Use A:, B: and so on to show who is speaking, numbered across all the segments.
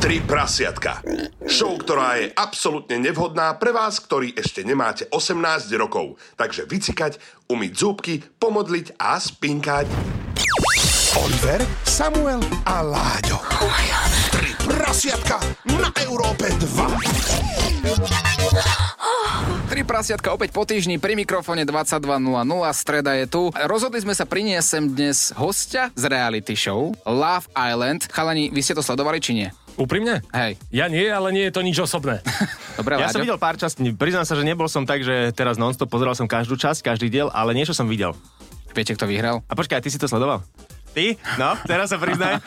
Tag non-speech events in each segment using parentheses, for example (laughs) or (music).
A: Tri prasiatka. Show, ktorá je absolútne nevhodná pre vás, ktorí ešte nemáte 18 rokov. Takže vycikať, umyť zúbky, pomodliť a spinkať.
B: Oliver, Samuel a Láďo. Tri prasiatka na Európe 2.
C: Tri prasiatka opäť po týždni pri mikrofóne 22.00, streda je tu. Rozhodli sme sa priniesť sem dnes hostia z reality show Love Island. Chalani, vy ste to sledovali či nie?
D: Úprimne?
C: Hej.
D: Ja nie, ale nie je to nič osobné.
C: Dobre,
E: Ja
C: Láďo.
E: som videl pár častí, priznám sa, že nebol som tak, že teraz nonstop pozeral som každú časť, každý diel, ale niečo som videl.
C: Viete, kto vyhral? (laughs)
E: A počkaj, ty si to sledoval? Ty? No, teraz sa priznaj.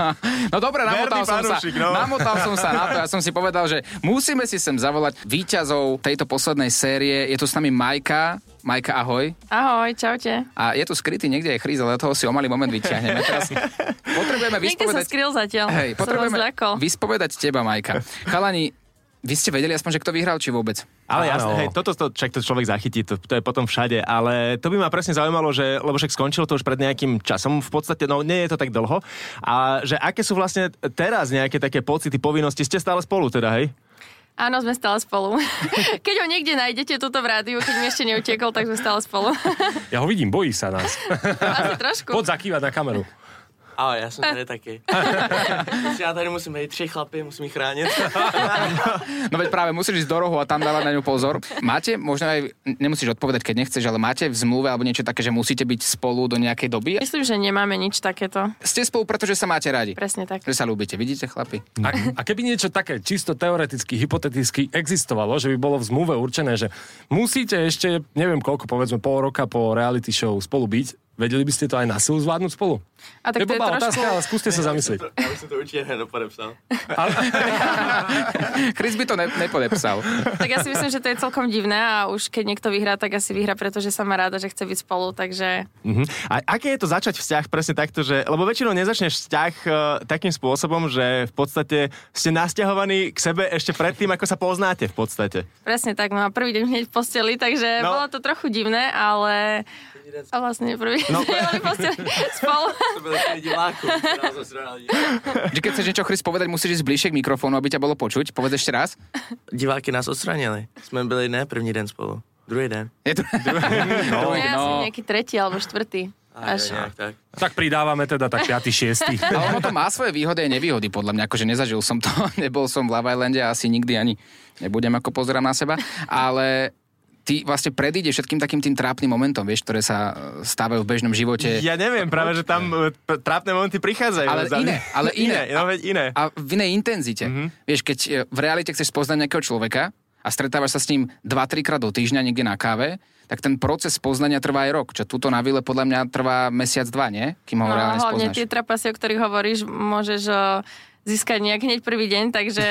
C: No dobre, namotal
E: Verný
C: som, sa,
E: fanúšik, no.
C: namotal som sa na to. Ja som si povedal, že musíme si sem zavolať víťazov tejto poslednej série. Je tu s nami Majka. Majka, ahoj.
F: Ahoj, čaute.
C: A je tu skrytý niekde aj Chris, ale toho si o malý moment vyťahneme. Teraz
E: (laughs)
C: potrebujeme
F: Niekde sa
C: vyspovedať...
F: skryl zatiaľ.
C: Hej,
F: Som
C: potrebujeme
F: vás zľakol.
C: vyspovedať teba, Majka. Chalani, vy ste vedeli aspoň, že kto vyhral, či vôbec?
E: Ale
D: Áno.
E: jasne, hej, toto to, však to človek zachytí, to, to je potom všade, ale to by ma presne zaujímalo, že, lebo však skončilo to už pred nejakým časom, v podstate, no nie je to tak dlho, a že aké sú vlastne teraz nejaké také pocity, povinnosti, ste stále spolu teda, hej?
F: Áno, sme stále spolu. keď ho niekde nájdete tuto v rádiu, keď mi ešte neutekol, tak sme stále spolu.
D: Ja ho vidím, bojí sa nás.
F: Asi (laughs) trošku.
D: Poď zakývať na kameru.
G: A já jsem tady taky. Prostě já tady musím být tři chlapy, musím jich chránit.
C: No veď práve musíš ísť do rohu a tam dávať na ňu pozor. Máte, možno aj, nemusíš odpovedať, keď nechceš, ale máte v zmluve alebo niečo také, že musíte byť spolu do nejakej doby?
F: Myslím, že nemáme nič takéto.
C: Ste spolu, pretože sa máte radi.
F: Presne tak.
C: Že sa ľúbite, vidíte, chlapi?
D: A, a keby niečo také čisto teoreticky, hypoteticky existovalo, že by bolo v zmluve určené, že musíte ešte, neviem koľko, povedzme pol roka po reality show spolu byť, vedeli by ste to aj na silu zvládnuť spolu?
F: A tak to je
D: blbá
F: trošku-
D: otázka, ale skúste sa zamyslieť.
G: Já bych se to určitě hned podepsal.
C: Chris by to ne- nepodepsal.
F: (laughs) Tak ja si myslím, že to je celkom divné a už keď niekto vyhrá, tak asi vyhrá, pretože sa má ráda, že chce byť spolu, takže
E: Mhm. A aké je to začať vzťah presne takto, že, lebo väčšinou nezačneš vzťah e, takým spôsobom, že v podstate ste nasťahovaní k sebe ešte predtým, ako sa poznáte v podstate.
F: presne tak. No a prvý deň hneď v posteli, takže
E: No.
F: no. bolo to trochu divné, ale... A vlastne prvý deň (laughs)
E: No.
F: no. posteli spolu.
G: To byli tady diváků, která jsem se dodal.
C: Že keď chceš niečo, Chris, povedať, musíš ísť bližšie k mikrofónu, aby ťa bolo počuť. Povedz ešte raz.
G: Diváky nás odstranili. Jsme byli ne první den spolu, druhý den.
C: Je to...
F: No, ja som
C: no.
F: nejaký tretí alebo štvrtý.
G: A
F: Až.
G: nějak tak.
D: Tak pridávame teda tak 5.
F: (laughs)
D: 6.
C: Ale ono to má svoje výhody a nevýhody, podľa mňa, akože nezažil som to, (laughs) nebol som v Love Islande a asi nikdy ani nebudem, ako pozerám na seba, ale ty vlastne predídeš všetkým takým tým trápnym momentom, vieš, ktoré sa e, stávajú v bežnom živote.
E: Ja neviem, práve, že tam e, p- trápne momenty prichádzajú.
C: Ale
E: Za-
C: iné, ale iné.
E: (laughs) iné. No, veď iné.
C: A v inej intenzite. Mm-hmm. Vieš, keď e, v realite chceš spoznať nejakého človeka a stretávaš sa s ním 2-3 krát do týždňa niekde na káve, tak ten proces poznania trvá aj rok. Čo tuto na vile podľa mňa trvá mesiac, dva, nie? Kým ho
F: No,
C: reálne
F: hlavne
C: spoznáš.
F: tie trapasy, o ktorých hovoríš, môžeš o, získať nejak hneď prvý deň,
D: (laughs)
F: takže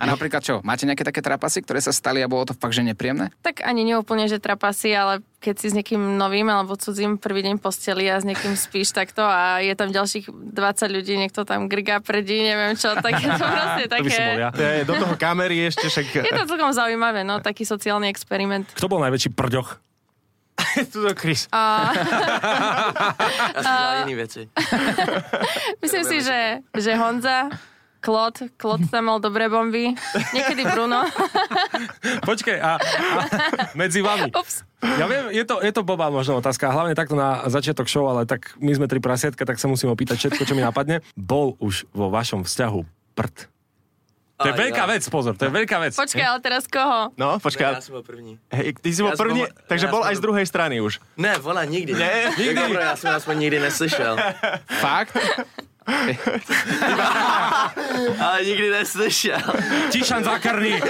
C: A napríklad čo? Máte nejaké také trapasy, ktoré sa stali a bolo to fakt, že nepríjemné?
F: tak ani neúplne, že trapasy, ale keď si s niekým novým alebo cudzím prvý deň v posteli a s niekým spíš takto a je tam ďalších 20 ľudí, niekto tam grga, prdí, neviem čo, tak je to proste
D: (laughs) To by som bol
F: také...
D: ja.
E: To je do toho kamery ešte však... (laughs)
F: (laughs) Je to celkom zaujímavé, no, taký sociálny experiment.
D: Kto bol najväčší prďoch?
E: Tuto Chris.
G: Já jsem dělal jiný věci.
F: Myslím si, že, že Honza, Klod, Klod tam mal dobré bomby, niekedy
D: (laughs)
F: Bruno.
D: Počkej, a, a medzi vami.
F: Ups.
D: Ja viem, je to, je to blbá možno otázka, hlavne takto na začiatok show, ale tak my sme tri prasiatka, tak sa musím opýtať všetko, čo mi napadne. Bol už vo vašom vzťahu prd? To je
G: Aj,
D: veľká
G: aj.
D: vec, pozor, to je veľká vec.
F: Počkaj, ale teraz koho?
E: No,
G: Ne, já
E: počkaj.
G: jsem byl první.
E: Hej, ty si bol
G: Ja som
E: prvý,
G: bol-
E: takže
G: ja
E: bol
G: som
E: aj z
G: bol-
E: druhej strany už.
G: Ne, vola, nikdy. Ne, nikdy. Dobro, já jsem aspoň nikdy neslyšel.
C: Fakt?
G: Ale nikdy neslyšel.
D: Tišan zákerný.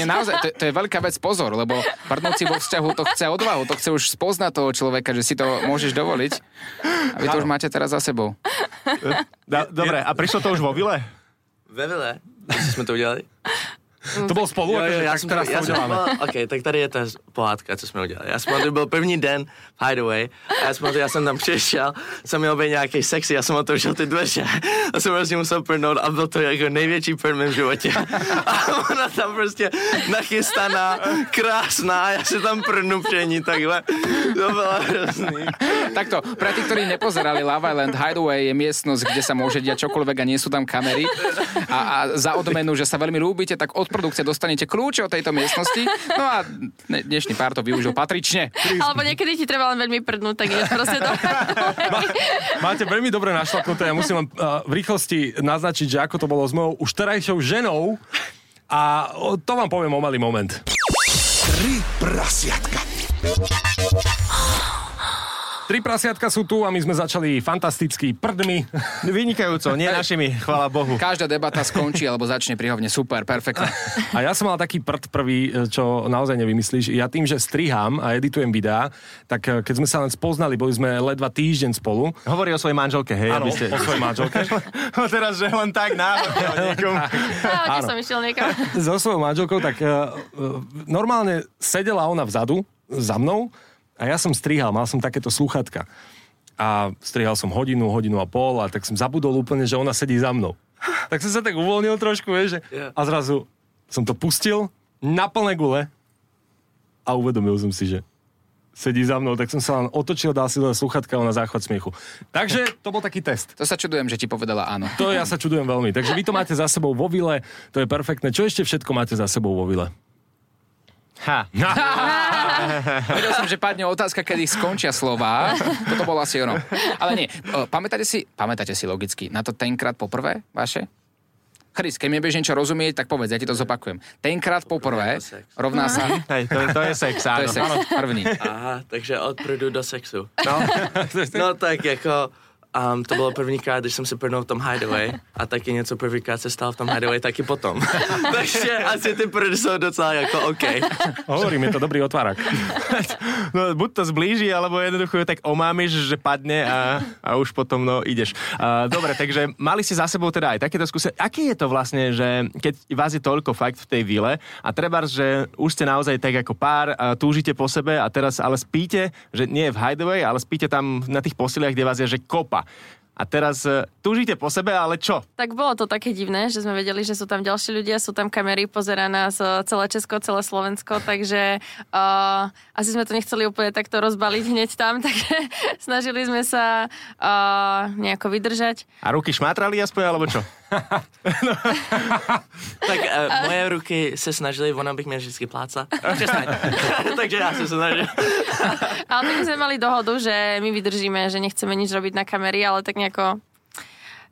C: Nie, naozaj, to, to je veľká vec, pozor, lebo partnerci vo vzťahu to chce odvahu, to chce už spoznať toho človeka, že si to môžeš dovoliť. A vy to už máte teraz za sebou.
E: Da, dobre, a prišlo to už vo vile?
G: Ve vile. Co jsme to udělali?
D: To bol spolu?
G: Jo, jo,
D: akože,
G: já
D: tak
G: jsem,
E: teda
D: teraz
G: tady-
D: to
G: já jsem
D: uděláme.
G: byl, OK, tak tady je ta z- pohádka, co jsme udělali. Já jsem to byl první den v Hideaway a já, jsem, já jsem tam přišel, jsem měl být nějaký sexy, já jsem otevřel ty dveře a jsem hrozně musel prnout a byl to jako největší prn v mém životě. (laughs) A ona tam prostě nachystaná, krásná a já se tam prnu pření takhle. To bylo hrozný.
C: Takto, pre tých, ktorí nepozerali Love Island Hideaway je miestnosť, kde sa môže diať čokoľvek a nie sú tam kamery. A, a za odmenu, že sa veľmi ľúbite, tak od produkcie dostanete kľúče od tejto miestnosti. No a dne- dnešný pár to využil patrične.
F: Alebo niekedy ti treba len veľmi prdnúť, tak ideš proste (laughs) do
D: Máte veľmi dobre našlapnuté, ja musím vám uh, v rýchlosti naznačiť, že ako to bolo s mojou už terajšou ženou a o, to vám poviem o malý moment.
B: Tri prasiatka.
D: Tri prasiatka sú tu a my sme začali fantasticky prdmi.
E: (laughs) Vynikajúco, nie našimi, chvála Bohu.
C: Každá debata skončí alebo začne prihovne. Super, perfektne.
D: A ja som mal taký prd prvý, e, čo naozaj nevymyslíš. Ja tým, že strihám a editujem videá, tak e, keď sme sa len spoznali, boli sme ledva týždeň spolu.
E: Hovorí o svojej
D: (laughs)
E: manželke, hej,
D: Áno,
E: aby ste...
D: o svojej manželke.
E: Teraz, že len tak náhodne o niekom.
F: Práve som išiel niekam.
D: (laughs) so svojou manželkou, tak uh, normálne sedela ona vzadu za mnou a ja som strihal, mal som takéto sluchatka. A strihal som hodinu, hodinu a pol a tak som zabudol úplne, že ona sedí za mnou. Tak som sa tak uvoľnil trošku, vieš, že...
G: Yeah.
D: a zrazu som to pustil na plné gule a uvedomil som si, že sedí za mnou, tak som sa len otočil, dal si dole sluchatka a ona záchvat smiechu. Takže to bol taký test.
C: To sa čudujem, že ti povedala áno.
D: To ja sa čudujem veľmi. Takže vy to máte za sebou vo vile, to je perfektné. Čo ešte všetko máte za sebou vo vile?
E: Ha.
C: Vedel som, že padne otázka, kedy skončia slova. Toto bolo asi ono. Ale nie, o, pamätáte si, pamätáte si logicky, na to tenkrát poprvé vaše? Chris, keď mi budeš niečo rozumieť, tak povedz, ja ti to zopakujem. Tenkrát poprvé
G: sex.
C: rovná sa...
E: Hej, to, to je sex,
C: To
E: Mhm. áno.
C: je sex prvný.
G: Aha, takže od prdu do sexu.
E: No.
G: No tak jako, um, to bylo prvníkrát, když jsem se prdnul v tom hideaway a taky něco prvníkrát se stalo v tom hideaway, taky potom. Takže asi ty prdy jsou docela jako OK.
D: Hovorím, je to dobrý otvárak.
E: (laughs) no, buď to zblíži, alebo jednoducho ju tak omámiš, že padne a, a už potom no, ideš. Uh, dobre, takže mali ste za sebou teda aj takéto skúsenosti. Aké je to vlastne, že keď vás je toľko fakt v tej vile a treba, že už ste naozaj tak ako pár, a túžite po sebe a teraz ale spíte, že nie v hideaway, ale spíte tam na tých posiliach, kde vás je, že kopa. A teraz e, túžite po sebe, ale čo?
F: Tak bolo to také divné, že sme vedeli, že sú tam ďalší ľudia, sú tam kamery, pozera nás e, celé Česko, celé Slovensko, takže uh, asi sme to nechceli úplne takto rozbaliť hneď tam, (laughs) takže snažili sme sa uh, nejako vydržať.
E: A ruky šmátrali aspoň, alebo čo?
G: Tak uh, moje ruky se snažily, ona bych mě vždycky pláca. Přestaň. (laughs) takže já jsem se snažil.
F: Ale tak my sme mali dohodu, že my vydržíme, že nechceme nič robiť na kamery, ale tak nejako,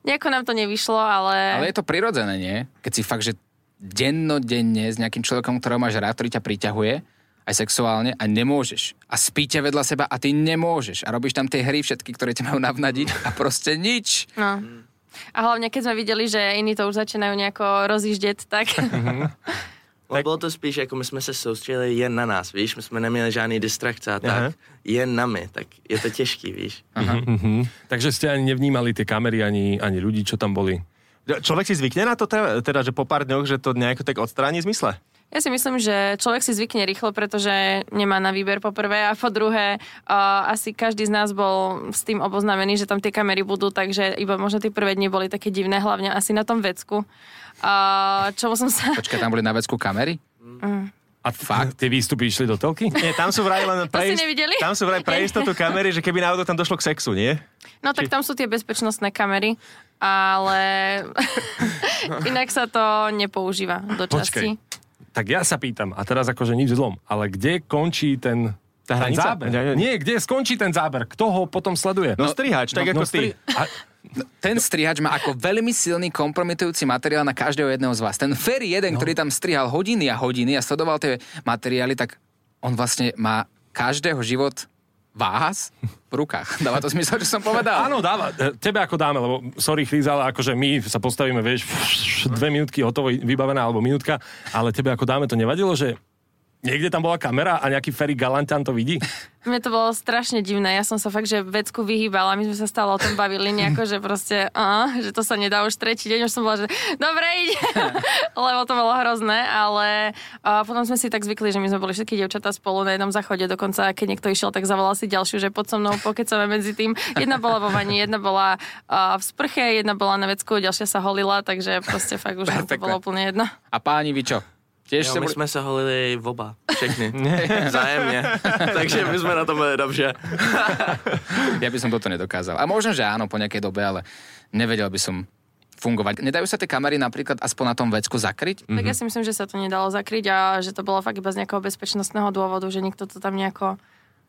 F: nejako nám to nevyšlo, ale...
C: Ale je to prirodzené, nie? Keď si fakt, že dennodenne s nejakým človekom, ktorého máš rád, ktorý ťa priťahuje, aj sexuálne, a nemôžeš. A spíte vedľa seba a ty nemôžeš. A robíš tam tie hry všetky, ktoré ťa majú navnadiť a proste nič.
F: No. A hlavne, keď sme videli, že iní to už začínajú nejako rozjíždeť, tak...
G: Tak... Bylo to spíš, jako my jsme se soustředili jen na nás, víš, my jsme neměli žádný distrakce a tak,
E: Aha.
G: jen na my, tak je to těžký, víš.
D: Takže ste ani nevnímali tie kamery, ani, ani ľudí, čo tam boli.
E: Človek si zvykne na to, teda, teda, že po pár dňoch, že to nejako tak odstráni zmysle?
F: (laughs) Ja si myslím, že človek si zvykne rýchlo, pretože nemá na výber po prvé a po druhé uh, asi každý z nás bol s tým oboznámený, že tam tie kamery budú, takže iba možno tie prvé dni boli také divné, hlavne asi na tom vecku. Uh, čomu som sa...
C: (laughs) Počkaj, tam boli na vecku kamery?
D: A fakt? Tie výstupy išli do telky?
E: Nie, tam sú vraj len pre,
F: si nevideli?
E: tam sú vraj pre istotu kamery, že keby náhodou tam došlo k sexu, nie?
F: No tak tam sú tie bezpečnostné kamery, ale (laughs) inak sa to nepoužíva do časti.
D: Tak ja sa pýtam, a teraz akože nič zlom, ale kde končí ten,
E: Tá
D: ten
E: hranica?
D: záber?
E: Ja, ja, ja.
D: Nie, kde skončí ten záber? Kto ho potom sleduje?
E: No, strihač, tak ako ty.
D: A,
C: Ten strihač má ako veľmi silný kompromitujúci materiál na každého jedného z vás. Ten Ferry jeden, no. ktorý tam strihal hodiny a hodiny a sledoval tie materiály, tak on vlastne má každého život vás v rukách. (laughs) Dáva to zmysel, čo som povedal?
D: áno, dáva, e, tebe ako dáme, lebo sorry Chris, ale akože my sa postavíme, vieš, dve minútky, hotovo, vybavená, alebo minútka, ale tebe ako dáme to nevadilo, že Niekde tam bola kamera a nejaký Ferry Galantian to vidí?
F: Mne to bolo strašne divné. Ja som sa fakt, že vecku vyhýbala. My sme sa stále o tom bavili nejako, že proste, uh, že to sa nedá už tretí deň. Už som bola, že dobre ide, (laughs) lebo to bolo hrozné. Ale uh, potom sme si tak zvykli, že my sme boli všetky dievčatá spolu na jednom záchode. Dokonca, keď niekto išiel, tak zavolal si ďalšiu, že pod so mnou pokecame medzi tým. Jedna bola vo vani, jedna bola uh, v sprche, jedna bola na vecku, ďalšia sa holila, takže proste fakt už nám to
C: Perfektné.
F: bolo úplne jedno.
C: A páni, vy čo? Tiež ste
G: Jo, my
C: boli...
G: jsme se holili v oba, všechny, vzájemně, (laughs) takže my jsme na tom byli dobře.
C: Ja by som toto nedokázal. A možno, že áno, po nejakej dobe, ale nevedel by som fungovať. Nedajú sa tie kamery napríklad aspoň na tom vecku zakryť?
F: Tak ja si myslím, že sa to nedalo zakryť a že to bolo fakt iba z nejakého bezpečnostného dôvodu, že nikto to tam nejako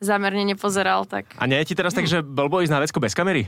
F: zámerne nepozeral, tak...
E: A nie je ti teraz tak, že blbo ísť na vecko bez kamery?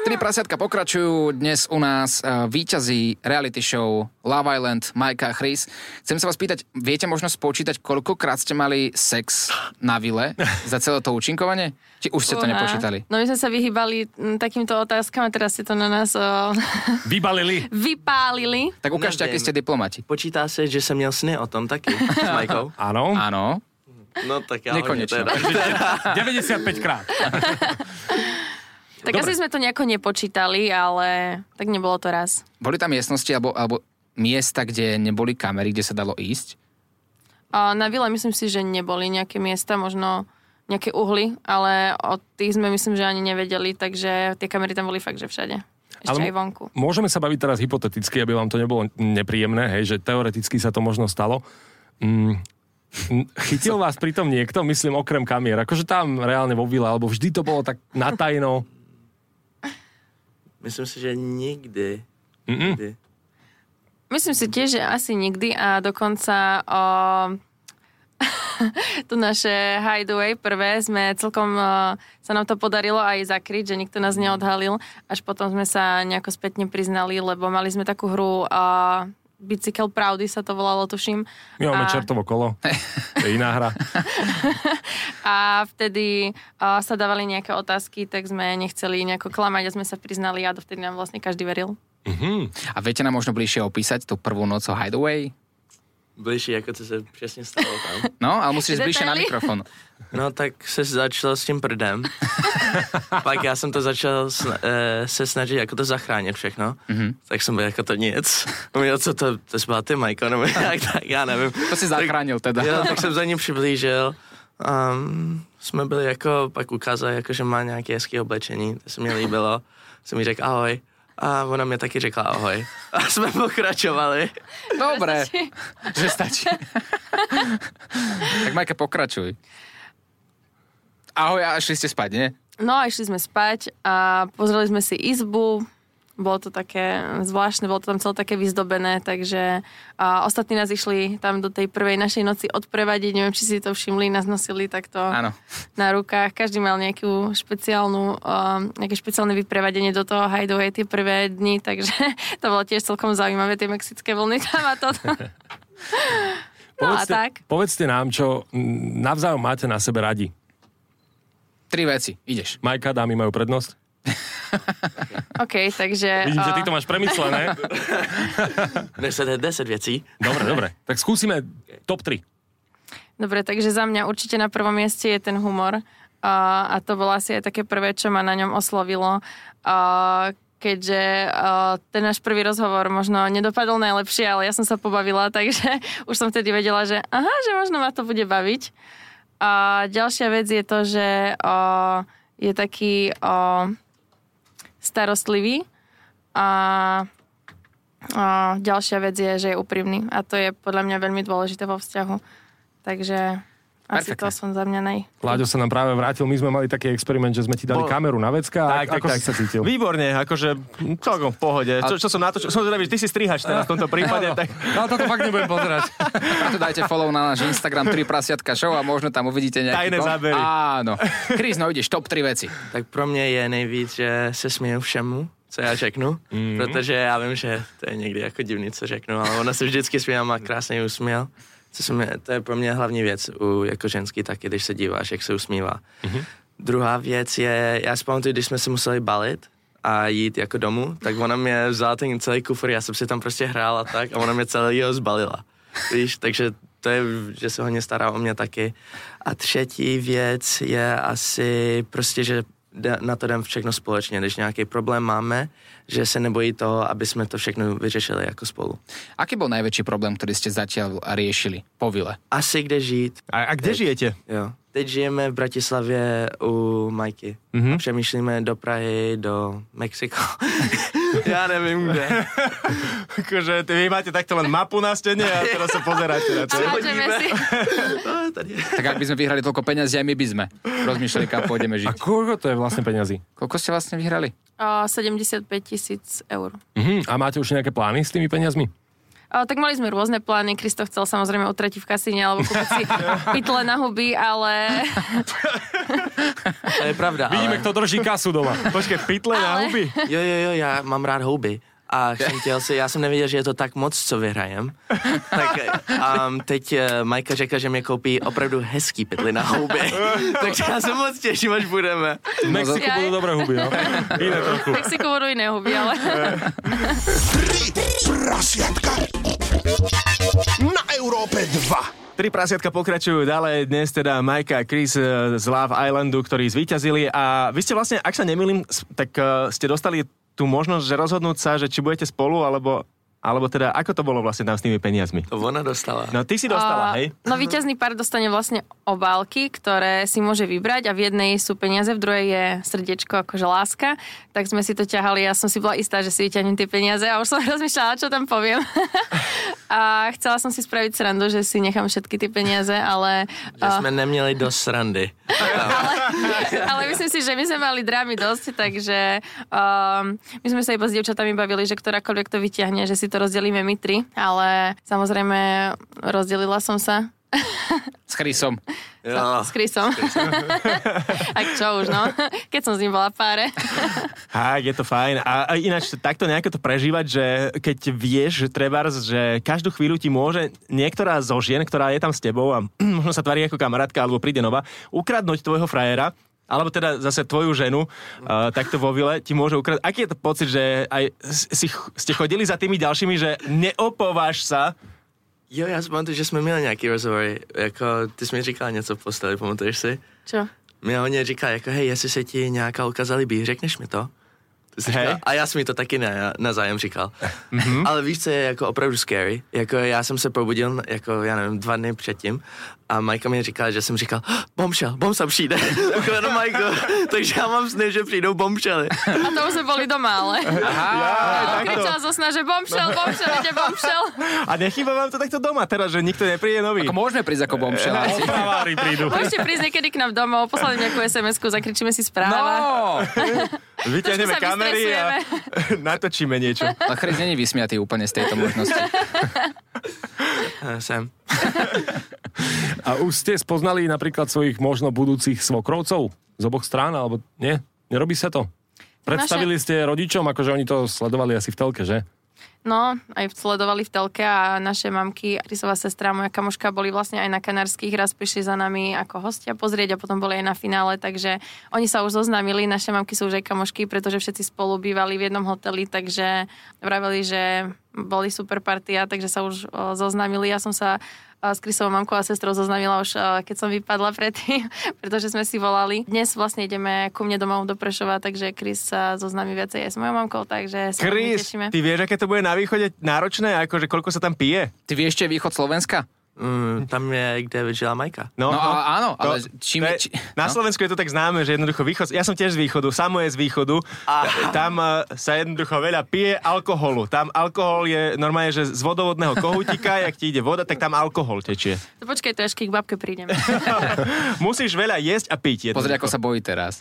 C: Tri prasiatka pokračujú dnes u nás uh, víťazí reality show Love Island, Majka a Chris. Chcem sa vás pýtať, viete možno spočítať, koľkokrát ste mali sex na vile za celé to účinkovanie? Či už ste to
F: Uha.
C: nepočítali?
F: No my sme sa vyhýbali mm, takýmto otázkam a teraz ste to na nás o, (laughs)
D: Vybalili.
F: vypálili.
C: Tak ukážte, akí ste
G: Neviem.
C: diplomati.
G: Počítá se, že jsem měl sny o tom taky s Majkou.
D: Áno.
C: Áno.
G: No tak já
C: Nekonečno.
G: hodně teda.
D: 95 krát.
F: Tak asi sme to nejako nepočítali, ale tak nebolo to raz.
C: Boli tam miestnosti alebo, alebo miesta, kde neboli kamery, kde sa dalo ísť?
F: A na vile myslím si, že neboli nejaké miesta, možno nejaké uhly, ale o tých sme myslím, že ani nevedeli, takže tie kamery tam boli fakt, že všade. Ešte
D: Ale-
F: aj vonku.
D: Môžeme sa baviť teraz hypoteticky, aby vám to nebolo nepríjemné, hej, že teoreticky sa to možno stalo. Mm, n- chytil vás pritom niekto, myslím, okrem kamier. Akože tam reálne vo vile, alebo vždy to bolo tak natajno.
G: (laughs) Myslím si, že nikdy. nikdy.
F: Myslím si tiež, že asi nikdy a dokonca o, (laughs) tu naše hideaway prvé sme celkom, o, sa nám to podarilo aj zakryť, že nikto nás neodhalil. Až potom sme sa nejako spätne priznali, lebo mali sme takú hru o, Bicykel pravdy sa to volalo, tuším.
D: My máme
F: A-
D: čertovo kolo. To je iná hra.
F: A vtedy o, sa dávali nejaké otázky, tak sme nechceli nejako klamať a sme sa priznali a dovtedy nám vlastne každý veril.
C: A viete nám možno bližšie opísať tú prvú noc o Hideaway?
G: Bližší, jako co se přesně stalo tam.
C: No, ale musíš ísť bližšie na
F: Detaily?
C: mikrofon.
G: No tak se začalo s tím prdem. Pak já jsem to začal sna- eh, se snažit jako to zachránit všechno. Tak jsem byl jako to nic. Uměl, co to, to jsi byla ty, Majko, nebo (laughs) jak, tak já nevím.
C: To si zachránil teda.
G: (laughs) Jo, tak jsem za ním přiblížil. Um, jsme byli jako, pak ukázal, jako, že má nějaké hezké oblečení, to se mi líbilo. Jsem mi řekl ahoj. A ona mě taky řekla ahoj. A jsme pokračovali.
F: (laughs)
C: Dobre, že stačí.
D: (laughs)
C: tak Majka, pokračuj. Ahoj, a šli ste spať, nie?
F: No a išli sme spať a pozreli sme si izbu. Bolo to také zvláštne, bolo to tam celé také vyzdobené, takže a ostatní nás išli tam do tej prvej našej noci odprevadiť. Neviem, či si to všimli, nás nosili takto
C: Áno.
F: na rukách. Každý mal nejakú špeciálnu, um, nejaké špeciálne vyprevadenie do toho hideaway tie prvé dni, takže (laughs) to bolo tiež celkom zaujímavé, tie mexické vlny tam a
D: (laughs)
F: toto. No a
D: Povedzte,
F: tak.
D: povedzte nám, čo mm, navzájom máte na sebe radi.
C: Tri veci, ideš.
D: Majka, dámy majú prednosť.
F: OK, takže...
D: Vidím, že
F: o,
D: ty to máš
F: (laughs)
D: premyslené.
G: Než se jde 10 věcí.
D: Dobre, dobre. Tak skúsime top 3.
F: Dobre, takže za mňa určite na prvom mieste je ten humor. A, a to bolo asi aj také prvé, čo ma na ňom oslovilo. A, keďže a, ten náš prvý rozhovor možno nedopadol najlepšie, ale ja som sa pobavila, (laughs) takže už som vtedy vedela, že aha, že možno ma to bude baviť. A ďalšia vec je to, že a, je taký a, starostlivý a a ďalšia vec je, že je úprimný a to je podľa mňa veľmi dôležité vo vzťahu. Takže asi
C: Perfektne.
F: to som za mňa nej.
D: Láďo sa nám práve vrátil. My sme mali taký experiment, že sme ti dali
E: Bol-
D: kameru na vecka. a ako si sa cítil?
E: Výborne, akože mm, celkom v pohode. Čo, čo som natočil? Som zvedavý, že ty si strihač teraz v tomto prípade, tak
D: No toto fakt nebudem
C: (laughs)
D: pozerať.
C: Preto dajte follow na náš Instagram 3 prasiatka show a možno tam uvidíte nejaký...
E: Tajné
C: kom-
E: zábery.
C: Áno. Chris, no ideš, top 3 veci.
G: Tak pro mě je nejvíc, že se směju všemu, co já řeknu, mm. protože já vím, že to je někdy jako divný, co řeknu, ale ona se vždycky směla, má krásný úsměl. Co se mě, to je pro mě hlavní věc u, jako ženský taky, když se díváš, jak se usmívá. Mm-hmm. Druhá věc je, já si pamatuju, když jsme se museli balit a jít jako domů, tak ona mě vzala ten celý kufr, já jsem si tam prostě hrál a tak a ona mě celého zbalila. Víš, takže to je, že se hodně stará o mě taky. A třetí věc je asi prostě, že jde- na to jdem všechno společně. Když nějaký problém máme, že se nebojí toho, aby jsme to všechno vyřešili jako spolu.
C: Aký bol najväčší problém, ktorý ste zatiaľ riešili po vile?
G: Asi kde žít,
E: A, a kde žijete?
G: Jo. Teď žijeme v Bratislavě u Majky. Mm-hmm. Přemýšlíme do Prahy, do Mexiko. (laughs) Já nevím kde.
E: Akože ty vy máte takto len mapu na stene a teraz sa pozeráte na to.
F: Háčeme si.
G: A tady. je.
C: Tak ak by sme vyhrali toľko peniazí, aj my by sme rozmýšľali, kam pôjdeme
D: A
C: žiť.
D: koľko to je vlastne peňazí?
C: Koľko ste vlastne vyhrali?
F: O, 75 tisíc eur.
D: Mhm. A máte už nejaké plány s tými peniazmi?
F: O, tak mali sme rôzne plány. Kristo chcel samozrejme utratiť v kasíne alebo kúpiť si pytle na huby, ale...
G: To je pravda.
D: Vidíme,
G: ale...
D: kto drží kasu doma.
E: Počkej, pytle na
F: Ale-
E: huby.
G: Jo, jo, jo, já mám rád houby. A jsem chtěl si, já jsem nevěděl, že je to tak moc, co vyhrajem. Tak um, teď eh, Majka řekla, že mě koupí opravdu hezký pytli na houby. Takže já se moc těším, až budeme.
D: V Mexiku
F: Jaj.
D: budú dobré huby, no. Iné trochu.
F: Tak si kúru iné huby, ale...
D: (laughs)
B: Tri prasiatka na Európe 2.
E: Tri prasiatka pokračujú ďalej. Dnes teda Majka a Chris eh, z Love Islandu, ktorí zvíťazili a vy ste vlastne, ak sa nemýlim, s- tak eh, ste dostali tú možnosť, že rozhodnúť sa, že či budete spolu, alebo, alebo teda ako to bolo vlastne tam s tými peniazmi.
G: To ona dostala.
E: No ty si dostala,
F: A-
E: hej?
F: No víťazný pár dostane vlastne obálky, ktoré si môže vybrať a v jednej sú peniaze, v druhej je srdiečko, akože láska. Tak sme si to ťahali, ja som si bola istá, že si vyťahnem tie peniaze a už som (laughs) rozmýšľala, čo tam poviem. (laughs) a chcela som si spraviť srandu, že si nechám všetky tie peniaze, ale... eh,
G: Že jsme neměli dost srandy.
F: (laughs) Ale myslím si, že my sme mali drámy dosť, takže um, my sme sa iba s dievčatami bavili, že ktorákoľvek to vyťahne, že si to rozdelíme my tri, ale samozrejme rozdelila som sa (laughs)
C: S Chrisom.
G: Jo.
F: s Chrisom. (laughs) A čo už, no? Keď som s ním bola v páre.
E: Há, je to fajn. A a ináč takto nejako to prežívať, že keď vieš, že trebárs, že každú chvíľu ti môže niektorá zo žien, ktorá je tam s tebou a (clears throat) možno sa tvári ako kamarátka alebo príde nová, ukradnúť tvojho frajera, alebo teda zase tvoju ženu, uh, takto vo vile ti môže ukradnúť. Aký je to pocit, že aj si, ste chodili za tými ďalšími, že neopováš sa?
G: Jo, já si pamatuju, že jsme měli nějaký rozhovory, jako ty jsi mi říkal něco v posteli, pamatuješ si?
F: Čo?
G: Mě hodně říká, jako hej, jestli se ti nějaká holka zalíbí, řekneš mi to? Ty jsi
E: Hej.
G: říkal, a já jsem mi to taky ne, já na zájem říkal. Mm-hmm. Ale víš, co je jako opravdu scary? Jako já jsem se probudil, jako já nevím, dva dny předtím a Majka mi říkala, že jsem říkal, "Ah, bombshell, bombshell přijde, (laughs) ukradnu Majku, (laughs) takže já mám sny, že přijdou (laughs) bombshelly.
F: A to už sme boli doma, ale... Aha, kričala zo sna, že bombšel, bombšel, ide bombšel.
E: A nechýba vám to takto doma teraz, že nikto nepríde nový.
C: Ako môžeme prísť ako bombšel. asi.
E: Opravári prídu.
F: (laughs) Môžete prísť niekedy k nám domov, poslať nejakú SMS-ku, zakričíme si správa.
C: No!
E: Vyťahneme
F: Trošku sa
E: kamery a (laughs) natočíme niečo.
C: Ale Chris není vysmiatý úplne z tejto možnosti.
G: A Jsem.
D: A už ste spoznali napríklad svojich možno budúcich svokrovcov z oboch strán, alebo nie? Nerobí sa to? Predstavili ste rodičom, akože oni to sledovali asi v telke, že?
F: No, aj sledovali v telke a naše mamky, Krisová sestra, moja kamoška, boli vlastne aj na Kanárských, raz prišli za nami ako hostia pozrieť a potom boli aj na finále, takže oni sa už zoznámili, naše mamky sú už aj kamošky, pretože všetci spolu bývali v jednom hoteli, takže vraveli, že boli super partia, takže sa už o, zoznámili. Ja som sa a s Krisovou mamkou a sestrou zoznámila už, a keď som vypadla predtým, (laughs) pretože sme si volali. Dnes vlastne ideme ku mne domov do Prešova, takže Kris sa zoznámi viacej aj s mojou mamkou, takže sa veľmi
E: Chris,
F: tešíme.
E: ty vieš, aké to bude na východe náročné, akože koľko sa tam pije?
C: Ty vieš, čo je východ Slovenska?
G: Mm, tam je, kde žila Majka.
C: No, ale áno, ale čím-
E: to je-
C: či-
E: Na
C: no.
E: Slovensku je to tak známe, že jednoducho východ, ja som tiež z východu, samo je z východu, a tam eh, sa jednoducho veľa pije alkoholu. Tam alkohol je normálne, že z vodovodného kohútika, jak ti ide voda, tak tam alkohol tečie.
F: To No počkaj, to až k babke prídem.
E: (laughs) Musíš veľa jesť a piť.
C: Pozri, ako
E: jednoducho.
C: sa bojí teraz.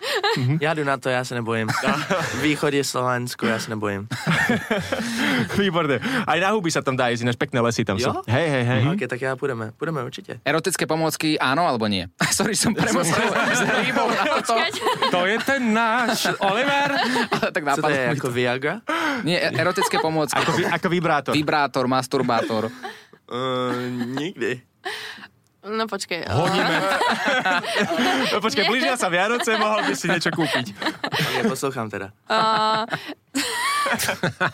G: Já jdu na to, já se nebojím. Východ je Slovensku, já se nebojím.
E: Výborné. Aj na huby sa tam dá jesť, ináč pekné lesy tam sú.
G: Jo?
E: Hej, hej, hej.
G: Ok, tak já půjdeme, půjdeme určitě.
C: Erotické pomôcky áno alebo nie? (laughs) Sorry, som premosil s (laughs) rýbou na toto.
D: To je ten náš Oliver.
C: Ale tak
G: Co to
C: napadlo
G: je,
C: mi to.
G: jako Viagra?
C: Nie, e- erotické pomôcky.
E: Ako, vi- ako vibrátor.
C: Vibrátor, masturbátor.
G: Uh, nikdy.
F: No počkej.
E: No počkaj,
F: Nie.
E: blížia sa Vianoce, mohol by si niečo kúpiť.
G: Ja poslouchám teda.
F: eh,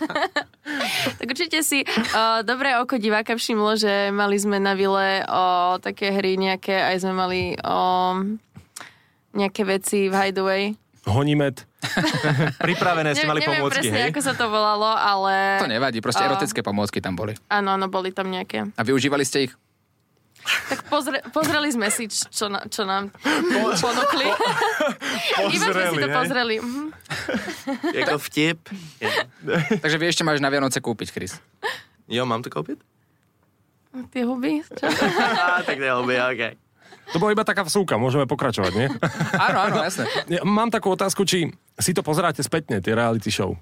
F: Tak určite si uh, dobré oko diváka všimlo, že mali sme na vile o také hry nejaké, aj sme mali o nejaké veci v Hideaway.
D: Honimet.
E: Pripravené
F: (laughs)
E: ste mali
F: neviem
E: pomôcky,
F: presne,
E: hej?
F: ako sa to volalo, ale...
C: To nevadí, proste
F: A-
C: erotické pomôcky tam boli.
F: Áno, áno, boli tam nejaké.
C: A využívali ste ich?
F: Tak pozre, pozreli sme si, č- čo, na, čo nám ponúkli. (laughs) Iba sme si
E: pozreli,
F: to
E: hej?
F: pozreli. Mhm.
G: Jako vtip. Je.
C: Takže vy ešte máš na Vianoce kúpiť, Chris.
G: Jo, mám to koupit?
F: Tie huby. Čo?
G: A, tak to je hobby, OK.
D: To bola iba taká vsúka, môžeme pokračovať, nie?
C: Áno, áno, jasné.
D: Ja Mám takú otázku, či si to pozeráte spätne, tie reality show.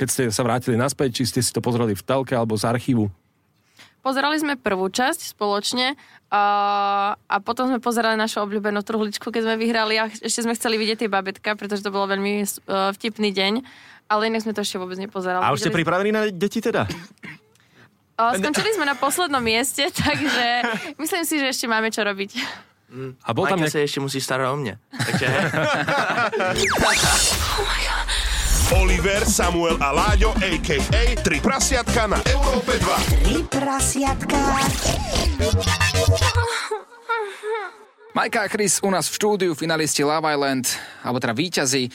D: Keď ste sa vrátili naspäť, či ste si to pozreli v telke alebo z archívu.
F: Pozerali sme prvú časť spoločne a, a potom sme pozerali našu obľúbenú truhličku, keď sme vyhrali a ch- ešte sme chceli vidieť tie babetka, pretože to bolo veľmi s- e, vtipný deň, ale inak sme to ešte vôbec nepozerali.
E: A už ste
F: Videli-
E: pripravení na deti teda?
F: O, skončili sme na poslednom mieste, (laughs) takže myslím si, že ešte máme čo robiť.
D: A bol tam
G: Majka
D: nejak...
G: se ještě musí starat o mě. Takže (laughs)
B: Oliver,
A: Samuel a Láďo, a.k.a. Tri prasiatka na Európe 2.
H: Tri prasiatka.
C: Majka a Chris u nás v štúdiu, finalisti Love Island, alebo teda víťazi.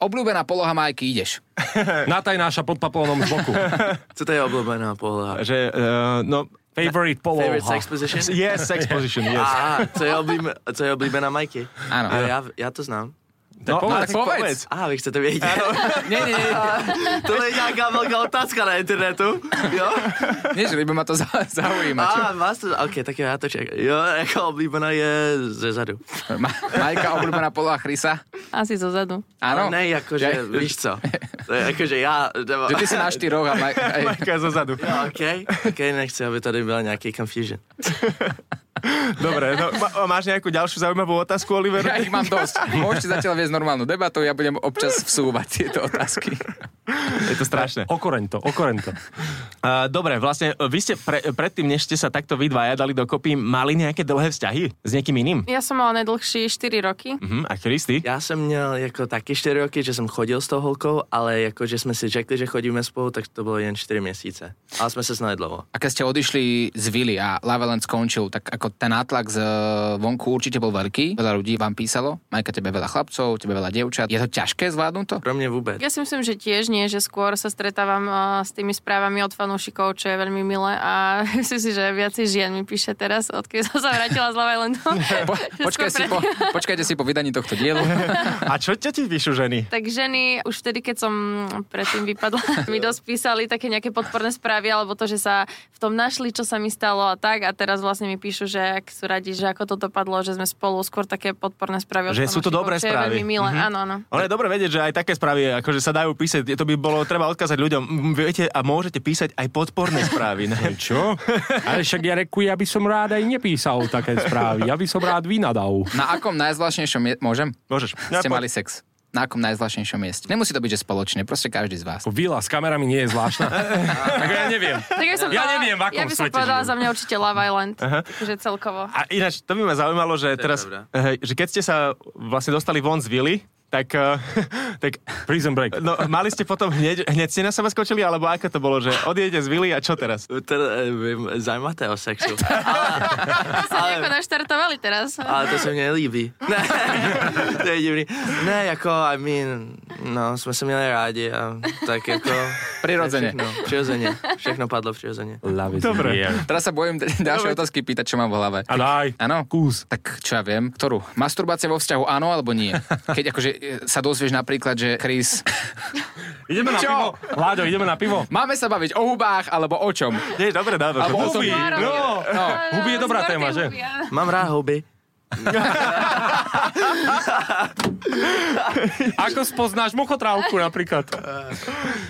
C: Obľúbená poloha Majky, ideš.
D: Nataj náša pod paplónom z boku.
G: co to je oblíbená poloha?
E: Že, uh, no...
D: Favorite poloha.
G: Favorite sex position?
E: Yes, sex position, yes.
G: A, co je, oblíbe, co je oblíbená Majky?
C: Ano.
G: A já, já to znám.
E: No,
C: povedz, povedz.
G: A, vy chcete vědět?
C: Nie, nie, nie,
G: to je nějaká velká otázka na internetu. Jo?
C: nie že by ma to za- zaujímať.
G: A, vás to, ok, tak jo, já to čekám. Jo, jako oblíbená je ze zadu.
C: Ma- Majka, obľúbená poloha Chrisa.
F: Asi zo zadu.
C: Áno.
G: Ne, jakože,
C: Ja-
G: víš co. To je jakože já... Nebo...
C: (laughs) Že ty si na štyroch a Maj- aj,
E: Majka je zozadu.
G: (laughs) OK, OK, nechci, aby tady byla nějaký confusion.
E: Dobre, no, ma- máš nejakú ďalšiu zaujímavú otázku, Oliver?
C: ja ich mám dosť. Môžete zatiaľ viesť normálnu debatu, ja budem občas vsúvať tieto otázky.
E: Je to strašné.
D: Okoreň to, okoreň to.
E: Uh, dobre, vlastne e, vy ste pre, predtým, než ste sa takto vy dvaja dali dokopy, mali nejaké dlhé vzťahy s niekým iným?
F: Ja som mala najdlhší 4 roky.
E: Mhm, a Christy?
G: Já jsem měl jako taky čtyři roky, že jsem chodil s tou holkou, ale jako, že jsme si řekli, že chodíme spolu, tak to bylo jen čtyři měsíce. Ale jsme se znali dlouho.
C: A keď ste odišli z Vili a Laveland skončil, tak ako ten nátlak z e, vonku určite bol veľký. Veľa ľudí vám písalo. Majka, tebe veľa chlapcov, tebe veľa dievčat. Je to ťažké zvládnuť to?
G: Pro mě vůbec.
F: Ja si myslím, že tiež nie, že skôr sa stretávam uh, s tými správami od fanúšikov, čo je veľmi milé a (laughs) myslím si, že viacej žien mi píše teraz, odkedy som sa vrátila z Love Islandu. (laughs)
C: Po,
F: Že
C: počkaj
F: skôr
C: si po, (laughs) počkajte si po vydaní tohto dielu.
E: A čo ťa ti píšu ženy?
F: Tak ženy, už vtedy, keď som predtým vypadla, (laughs) mi dosť písali také nejaké podporné správy, alebo to, že sa v tom našli, čo sa mi stalo a tak. A teraz vlastne mi píšu, že ak sú radi, že ako to dopadlo, že sme spolu skôr také podporné správy. od
E: Že sú to
F: fanúšikov,
E: dobré
F: čo je
E: správy.
F: veľmi milé,
D: Mhm.
F: áno, áno.
E: Ono je dobre vedieť, že aj také správy, akože sa dajú písať, to by bolo treba odkázať ľuďom. Mm, Viete, a môžete písať aj podporné správy. Ne?
D: Čo? Ale však ja reku, ja by som rád aj nepísal také správy. Ja by som rád vynadal.
C: Na akom najzvláštnejšom je, môžem?
E: Môžeš.
C: Ste mali sex. Na akom najzvláštnejšom mieste. Nemusí to byť, že spoločne, proste každý z vás.
D: Vila s kamerami nie je zvláštna. tak ja neviem.
F: Tak ja, by som
D: Ja
F: povedala-
D: neviem, v akom
F: ja by som
D: svete
F: povedala
D: žijem.
F: za mňa určite Love Island, že
D: (laughs)
F: celkovo.
E: A ináč, to by ma zaujímalo, že teraz,
G: pravda.
E: eh, že keď ste sa vlastne dostali von z vily, tak, eh, (laughs) tak
D: Prison Break.
E: no, mali ste potom hneď, hneď ste na seba skočili, alebo ako to bolo, že odjedete z vily a čo teraz?
G: Teda, eh, vy zajímáte o sexu.
F: sa nejako naštartovali teraz.
G: Ale to se mně nelíbí. Ne, to je divný. Ne, jako, I mean, no, jsme se měli rádi a tak jako...
C: Prirodzene.
G: Všechno, přirozeně. Všechno padlo přirozeně.
D: Love is
E: Dobre.
D: in the air.
C: Teraz sa bojím d- (laughs) ďalšie otázky pýtať, čo mám v hlave.
D: A daj.
C: Áno?
D: Kús.
C: Tak čo ja viem, ktorú? Masturbácia vo vzťahu áno alebo nie? Keď akože e, sa dozvieš napríklad, že Chris,
D: Ideme na
C: Čo?
D: pivo. Láďo, ideme na pivo.
C: máme sa baviť o hubách alebo o čom?
E: Nie, dobre, dáva.
C: Alebo o tom,
F: no,
C: no.
D: huby je dobrá téma, že?
G: Mám rád houby.
D: Ako spoznáš muchotrávku napríklad?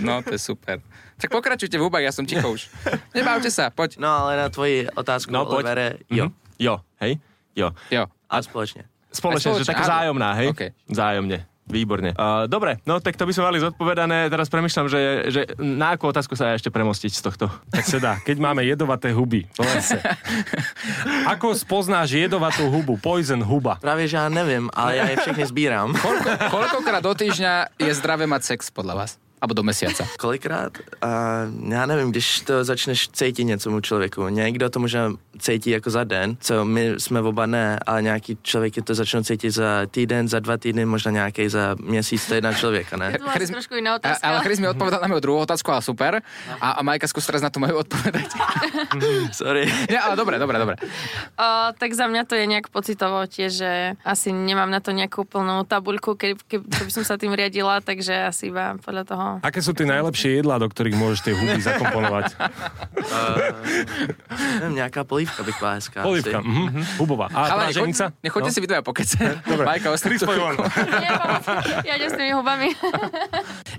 C: No, to je super. Tak pokračujte v hubách, ja som ticho už. Nebavte sa, poď.
G: No, ale na tvoji otázku,
E: No,
G: no,
E: pojď.
G: Olivere, jo. Mm-hmm.
E: Jo, hej? Jo.
C: Jo.
G: A společně.
C: Aj
E: Spoločne,
C: spoločne,
E: že taká
C: áno.
E: zájomná, hej?
C: OK.
E: Zájomne. Výborne. Uh, dobre, no tak to by sme mali zodpovedané. Teraz premyšľam, že, že na akú otázku sa ešte premostiť z tohto.
D: Tak sa dá, keď máme jedovaté huby v lese.
E: (laughs)
D: Ako spoznáš jedovatú hubu? Poison huba.
G: Práve, že ja neviem, ale ja ich všechny zbíram. (laughs)
C: Koľko, koľkokrát do týždňa je zdravé mať sex podľa vás? Alebo do mesiaca?
G: Kolikrát? Uh, já nevím, když to začneš cítit něcomu člověku. Někdo to možná cítí jako za den, co my jsme oba ne, ale nějaký člověk to začne cítit za týden, za dva týdny, možná nějaký za měsíc, to je na člověka, ne?
F: To bola asi trošku
C: A,
F: iná otázka.
C: ale Chris mi odpovedal na moju druhú otázku, ale super. A, a Majka skús teraz na tú moju odpovedať.
G: (laughs)
C: (laughs)
G: Sorry.
C: Nie, ale dobre, dobre, dobre.
F: O, tak za mňa to je nejak pocitovo tiež, že asi nemám na to nejakú plnú tabuľku, keby, keby, keby som sa tým riadila, takže asi iba podľa toho.
D: Aké sú tie najlepšie jedlá, do ktorých môžeš tie huby (laughs) zakomponovať?
G: Nevím, nějaká polívka bych byla hezká. asi.
D: Polivka, mhm, hubová. A
C: Ale
D: praženica?
C: nechoďte no? si vy dvaja pokecať. Majka, ostaň
D: Chris,
C: tu.
D: poď von.
F: Nie, pomoc, ja idem s tými hubami.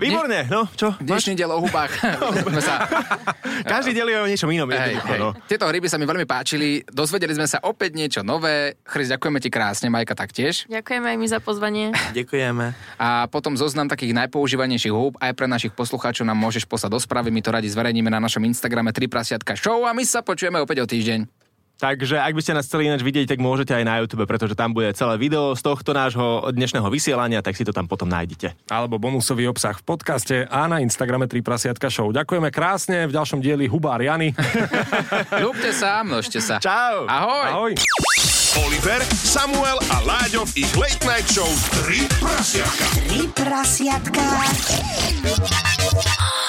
E: Výborne, no
C: (laughs)
E: čo?
C: Dnešný diel o hubách. (laughs) Sme sa,
E: Každý diel je o niečom inom.
C: hej,
E: jednoducho,
C: hej.
E: no.
C: Tieto hryby sa mi veľmi páčili. Dozvedeli sme sa opäť niečo nové. Chris, ďakujeme ti krásne, Majka taktiež.
F: Ďakujeme aj my za pozvanie.
G: Děkujeme.
C: A potom zoznam takých najpoužívanejších húb aj pre našich poslucháčov nám môžeš poslať do správy. My to radi zverejníme na našom Instagrame 3 prasiatka show a my sa počujeme opäť o týždeň.
E: Takže ak by ste nás chceli ináč vidieť, tak môžete aj na YouTube, pretože tam bude celé video z tohto nášho dnešného vysielania, tak si to tam potom nájdete.
D: Alebo bonusový obsah v podcaste a na Instagrame 3 prasiatka show. Ďakujeme krásne, v ďalšom dieli Hubár Jany.
C: Ľúbte sa, množte sa.
E: Čau.
C: Ahoj.
D: Ahoj.
B: Oliver, Samuel a Láďo v ich Late Night Show 3 prasiatka.
H: Tri prasiatka.